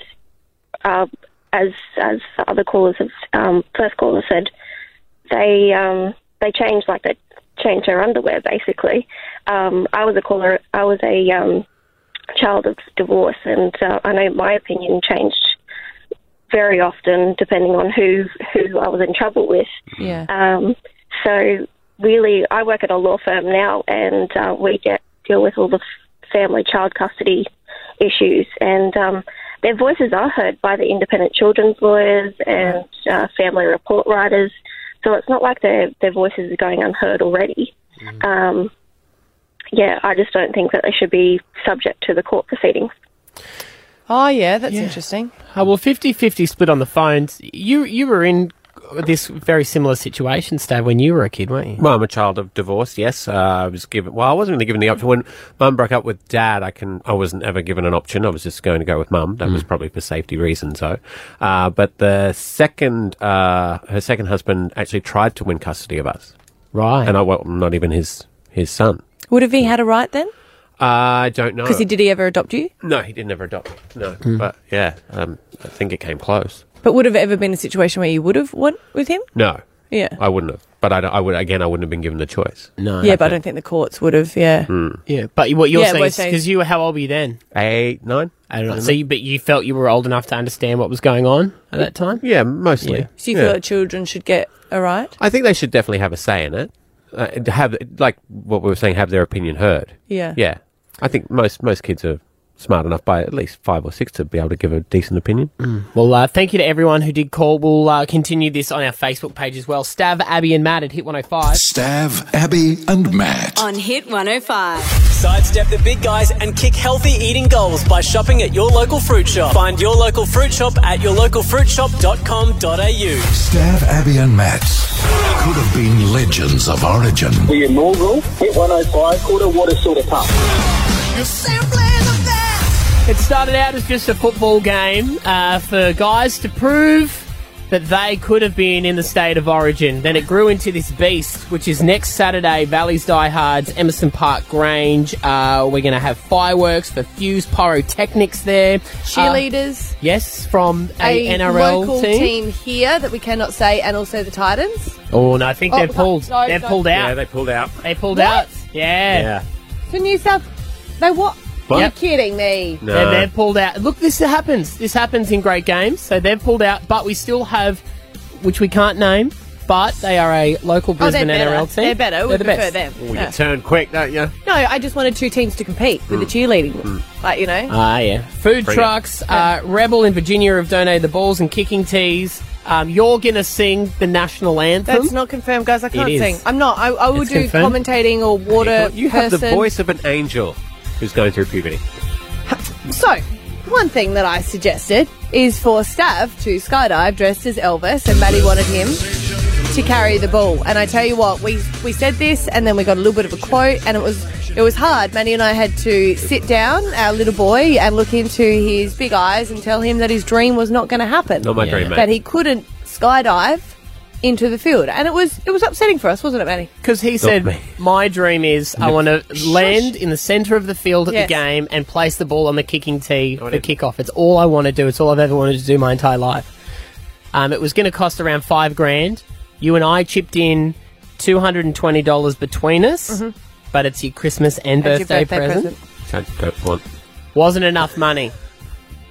uh, as as the other callers, have, um, first caller said, they um, they change like they change their underwear. Basically, um, I was a caller. I was a um, child of divorce, and uh, I know my opinion changed very often depending on who who I was in trouble with. Yeah. Um, so really, I work at a law firm now, and uh, we get deal with all the f- family child custody issues, and um, their voices are heard by the independent children's lawyers and uh, family report writers. So it's not like their their voices are going unheard already. Um, yeah, I just don't think that they should be subject to the court proceedings. Oh, yeah, that's interesting. Oh, well, 50-50 split on the phones. You you were in this very similar situation, Stav, when you were a kid, weren't you? Well, I'm a child of divorce. Yes, uh, I was given. Well, I wasn't really given the option when Mum broke up with Dad. I can. I wasn't ever given an option. I was just going to go with Mum. That Mm. was probably for safety reasons, though. Uh, but the second, uh, her second husband actually tried to win custody of us. Right. And I well, not even his his son. Would have he had a right then? I don't know. Because he did he ever adopt you? No, he didn't ever adopt. me. No, but yeah, um, I think it came close. But would have ever been a situation where you would have went with him? No. Yeah. I wouldn't have. But I, don't- I would again. I wouldn't have been given the choice. No. yeah, but I don't think the courts would have. Yeah. Hmm. Yeah, but what you're Yeah, saying we're is saying- because you were how old were you then? Eight, nine. I don't know. So, you, but you felt you were old enough to understand what was going on at that time. Yeah, mostly. So you Yeah. feel like children should get a right? I think they should definitely have a say in it. Uh, and have like what we were saying, have their opinion heard. Yeah. yeah. I think most most kids are smart enough by at least five or six to be able to give a decent opinion. Well, uh, thank you to everyone who did call. We'll uh, continue this on our Facebook page as well. Stav, Abby, and Matt at Hit 105. Stav, Abby, and Matt. On Hit 105. Sidestep the big guys and kick healthy eating goals by shopping at your local fruit shop. Find your local fruit shop at yourlocalfruitshop.com.au. Stav, Abby, and Matt could have been legends of origin. The inaugural Hit 105 quarter water soda cup. It started out as just a football game uh, for guys to prove that they could have been in the state of origin. Then it grew into this beast, which is next Saturday, Valley's Diehards, Emerson Park Grange. Uh, we're going to have fireworks for Fuse Pyrotechnics there. Cheerleaders. Uh, yes, from a, a NRL local team. team. here that we cannot say, and also the Titans. Oh, no, I think Oh, they're pulled. no, they're no. pulled out. Yeah, they pulled out. They pulled What? out. Yeah. Yeah. For New South, they what? What? You're kidding me. No. And they're pulled out. Look, this happens. This happens in great games. So they're pulled out, but we still have, which we can't name, but they are a local Oh, they're Brisbane better. NRL team. They're better. We They're the prefer best. them. you Yeah. turn quick, don't you? No, I just wanted two teams to compete with the cheerleading, like you know. Ah, yeah. Food Bring it. trucks. Uh, Rebel in Virginia have donated the balls and kicking tees. Um, you're going to sing the national anthem. That's not confirmed, guys. I can't is. sing. I'm not. I, I will It's do confirmed. commentating or water. You have the person. voice of an angel who's going through puberty. So, One thing that I suggested is for Stav to skydive dressed as Elvis, and Maddie wanted him to carry the ball. And I tell you what, we we said this, and then we got a little bit of a quote, and it was it was hard. Maddie and I had to sit down, our little boy, and look into his big eyes and tell him that his dream was not going to happen. Not my dream, mate. That he couldn't skydive into the field, and it was it was upsetting for us, wasn't it, Maddie? Because he said, "My dream is I want to land in the centre of the field at Yes. the game and place the ball on the kicking tee for kickoff. It's all I want to do. It's all I've ever wanted to do my entire life." Um, it was going to cost around five grand. You and I chipped in two hundred and twenty dollars between us, Mhm. but it's your Christmas and It's your birthday, birthday present. present. Wasn't enough money.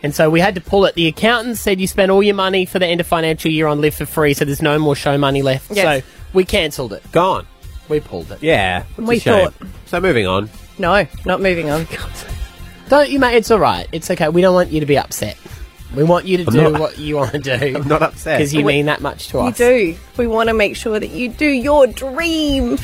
And so we had to pull it. The accountant said you spent all your money for the end of financial year on Live for Free, so there's no more show money left. Yes. So we cancelled it. Gone. We pulled it. Yeah. And it's we a shame. thought- So moving on. No, not moving on. Don't you, mate? It's all right. It's okay. We don't want you to be upset. We want you to I'm do not- what you want to do. I'm not upset because you We- mean that much to You us. do. We want to make sure that you do your dream.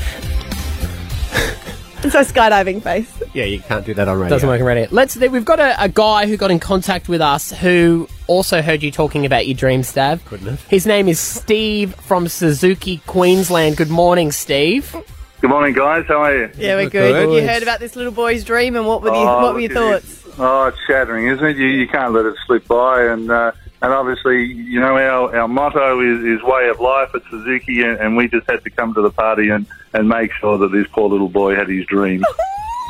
it's our skydiving face. Yeah, you can't do that on radio. Doesn't work on Reddit. Let's. th- We've got a, a guy who got in contact with us who also heard you talking about your dream, Stav. Couldn't have. His name is Steve from Suzuki, Queensland. Good morning, Steve. Good morning, guys. How are you? Yeah, we're good. You heard about this little boy's dream, and what were, the, Oh, what were your look at thoughts? this. Oh, it's shattering, isn't it? You, you can't let it slip by. And uh, and obviously, you know, our, our motto is, is way of life at Suzuki, and, and we just had to come to the party and, and make sure that this poor little boy had his dream.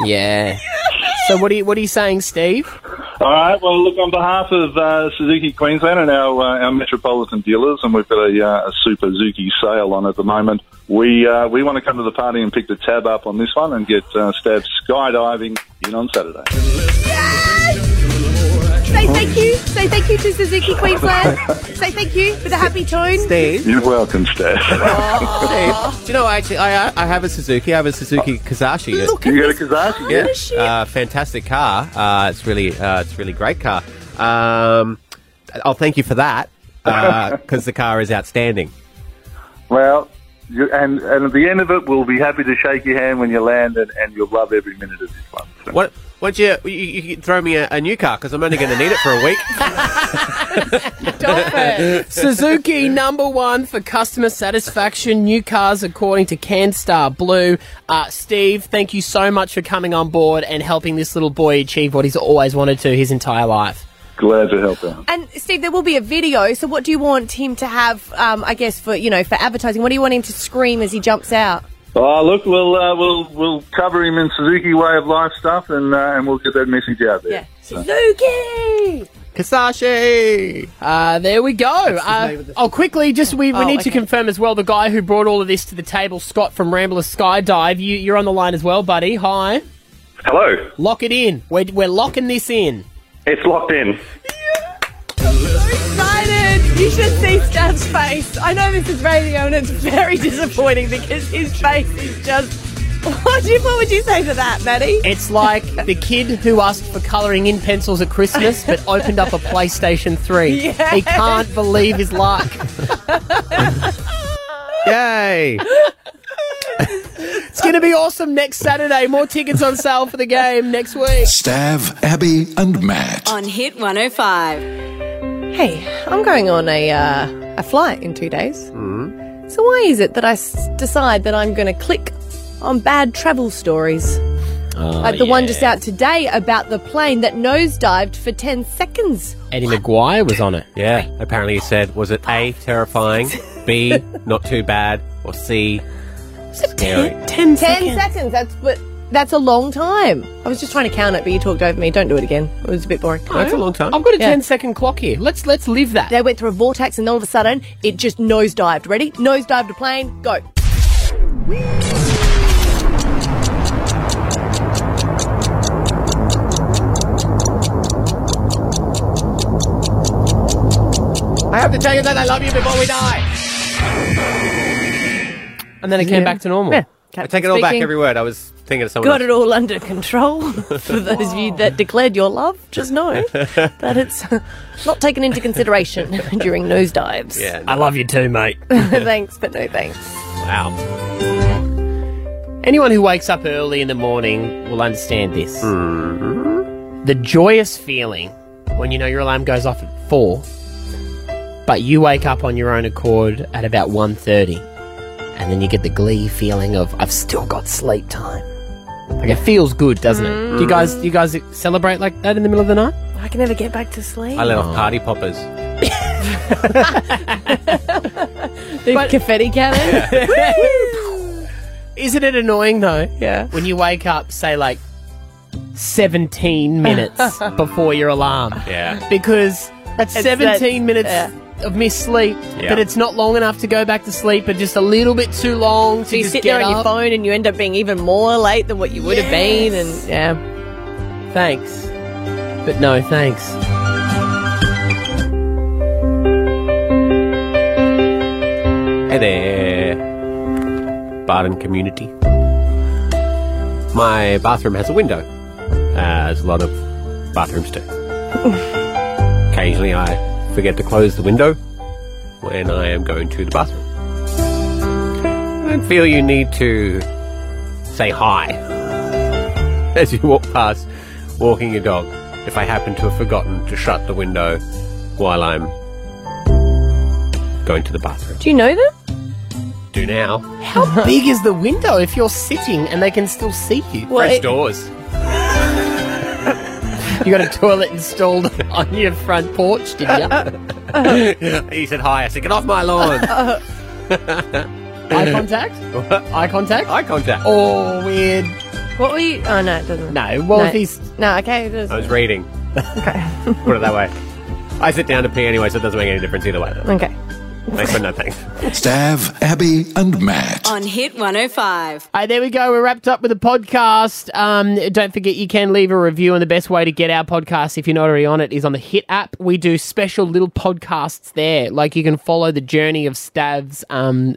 Yeah. so what are you what are you saying, Steve? All right. Well, look, on behalf of uh, Suzuki Queensland and our, uh, our metropolitan dealers, and we've got a, uh, a super Suzuki sale on at the moment, we uh, we want to come to the party and pick the tab up on this one and get uh, Stav skydiving in on Saturday. Say thank you. Say thank you to Suzuki Queensland. Say thank you for the happy tone. You're welcome, Stav. Steve, do you know, actually, uh, I, I have a Suzuki. I have a Suzuki Kazashi. Look you got a Kazashi, yeah. Uh, fantastic car. Uh, it's really, uh, it's really great car. Um, I'll thank you for that because the car is outstanding. Well, you, and, and at the end of it, we'll be happy to shake your hand when you land, and, and you'll love every minute of it. What? What'd you, you, you could throw me a, a new car because I'm only going to need it for a week. Suzuki number one for customer satisfaction. New cars according to CanStar Blue. Uh, Steve, thank you so much for coming on board and helping this little boy achieve what he's always wanted to his entire life. Glad to help out. And Steve, there will be a video. So, what do you want him to have? Um, I guess for you know for advertising. What do you want him to scream as he jumps out? Oh, look, we'll uh, we'll we'll cover him in Suzuki way of life stuff, and uh, and we'll get that message out there. So- Suzuki. Kasashi. Uh, there we go. Uh, oh, quickly, just we, we Oh, need okay. to confirm as well the guy who brought all of this to the table, Scott from Rambler Skydive. You, you're on the line as well, buddy. Hi. Hello. Lock it in. We're, we're locking this in. It's locked in. Excited. You should see Stav's face. I know this is radio and it's very disappointing because his face is just. What, do you, what would you say to that, Maddie? It's like the kid who asked for colouring in pencils at Christmas but opened up a PlayStation 3. Yes. He can't believe his luck. Yay. It's going to be awesome next Saturday. More tickets on sale for the game next week. Stav, Abby, and Matt. On Hit 105. Hey, I'm going on a uh, a flight in two days. Mm. So why is it that I s- decide that I'm going to click on bad travel stories? like the one just out today about the plane that nosedived for 10 seconds. Eddie McGuire was on it. Yeah. Apparently, he said, was it A, terrifying, B, not too bad, or C, scary? 10 seconds. That's but that's a long time. I was just trying to count it, but you talked over me. Don't do it again. It was a bit boring. that's a long time. I've got a 10 second clock here. Let's let's live that. They went through a vortex and all of a sudden it just nosedived. Ready? Nosedived a plane. Go. I have to tell you that I love you before we die. And then it came back to normal. Yeah. I take it all back, Speaking. every word. I was thinking of someone Got it all under control. For those of you that declared your love, just know else. that it's not taken into consideration during nosedives. Yeah. I love you too, mate. thanks, but no thanks. Wow. Anyone who wakes up early in the morning will understand this. The joyous feeling when you know your alarm goes off at four, but you wake up on your own accord at about 1.30 and then you get the glee feeling of I've still got sleep time. Like it feels good, doesn't it? Do you guys do you guys celebrate like that in the middle of the night? I can never get back to sleep. I let off party poppers. The confetti cannon. Isn't it annoying though? Yeah. When you wake up, say like 17 minutes before your alarm. Yeah. Because that's It's 17 that- minutes yeah. of missed sleep, Yeah. but it's not long enough to go back to sleep, but just a little bit too long to So you just sit there get on your up. phone and you end up being even more late than what you would have been. And yeah, Thanks. But no, thanks. Hey there, Barton community. My bathroom has a window, as a lot of bathrooms do. Occasionally, I forget to close the window when I am going to the bathroom. I don't feel you need to say hi as you walk past walking your dog if I happen to have forgotten to shut the window while I'm going to the bathroom. do you know them? Do now. How big is the window if you're sitting and they can still see you? French doors. You got a toilet installed on your front porch, did you? he said hi. I said, get off my lawn. Uh-huh. Eye contact? Eye contact? Eye contact. Oh, weird. What were you? Oh no, it doesn't. No, well, No. if he's. No, okay. It is. I was reading. Put it that way. I sit down to pee anyway, so it doesn't make any difference either way. Okay. Thanks for nothing. Stav, Abby, and Matt. On Hit 105. Hey, there we go. We're wrapped up with the podcast. Um, don't forget, you can leave a review, and the best way to get our podcast, if you're not already on it, is on the Hit app. We do special little podcasts there. Like you can follow the journey of Stav's um,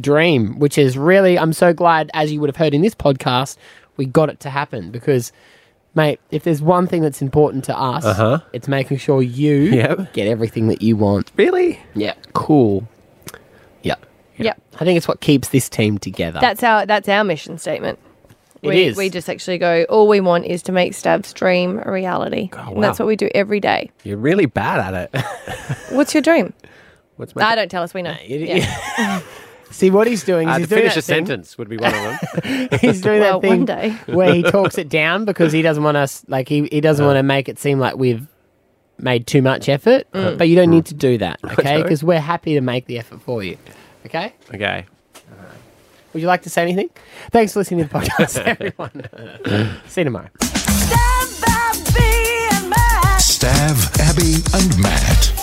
dream, which is really, I'm so glad, as you would have heard in this podcast, we got it to happen because. Mate, if there's one thing that's important to us, Uh-huh. it's making sure you Yep. get everything that you want. Really? Yeah. Cool. Yeah. Yep. I think it's what keeps this team together. That's our that's our mission statement. It we, is. we just actually go. All we want is to make Stab's dream a reality, and that's Oh, wow. what we do every day. You're really bad at it. What's your dream? What's Ah, don't tell us. We know. Yeah. See what he's doing. is Uh, to he's doing finish that a thing- sentence would be one of them. He's doing Well, that thing one day. where he talks it down because he doesn't want us like he, he doesn't want to make it seem like we've made too much effort. Mm. But you don't need to do that, okay? Okay. Because we're happy to make the effort for you. Okay. okay. Would you like to say anything? Thanks for listening to the podcast, everyone. See you tomorrow. Stav, Abby, and Matt. oh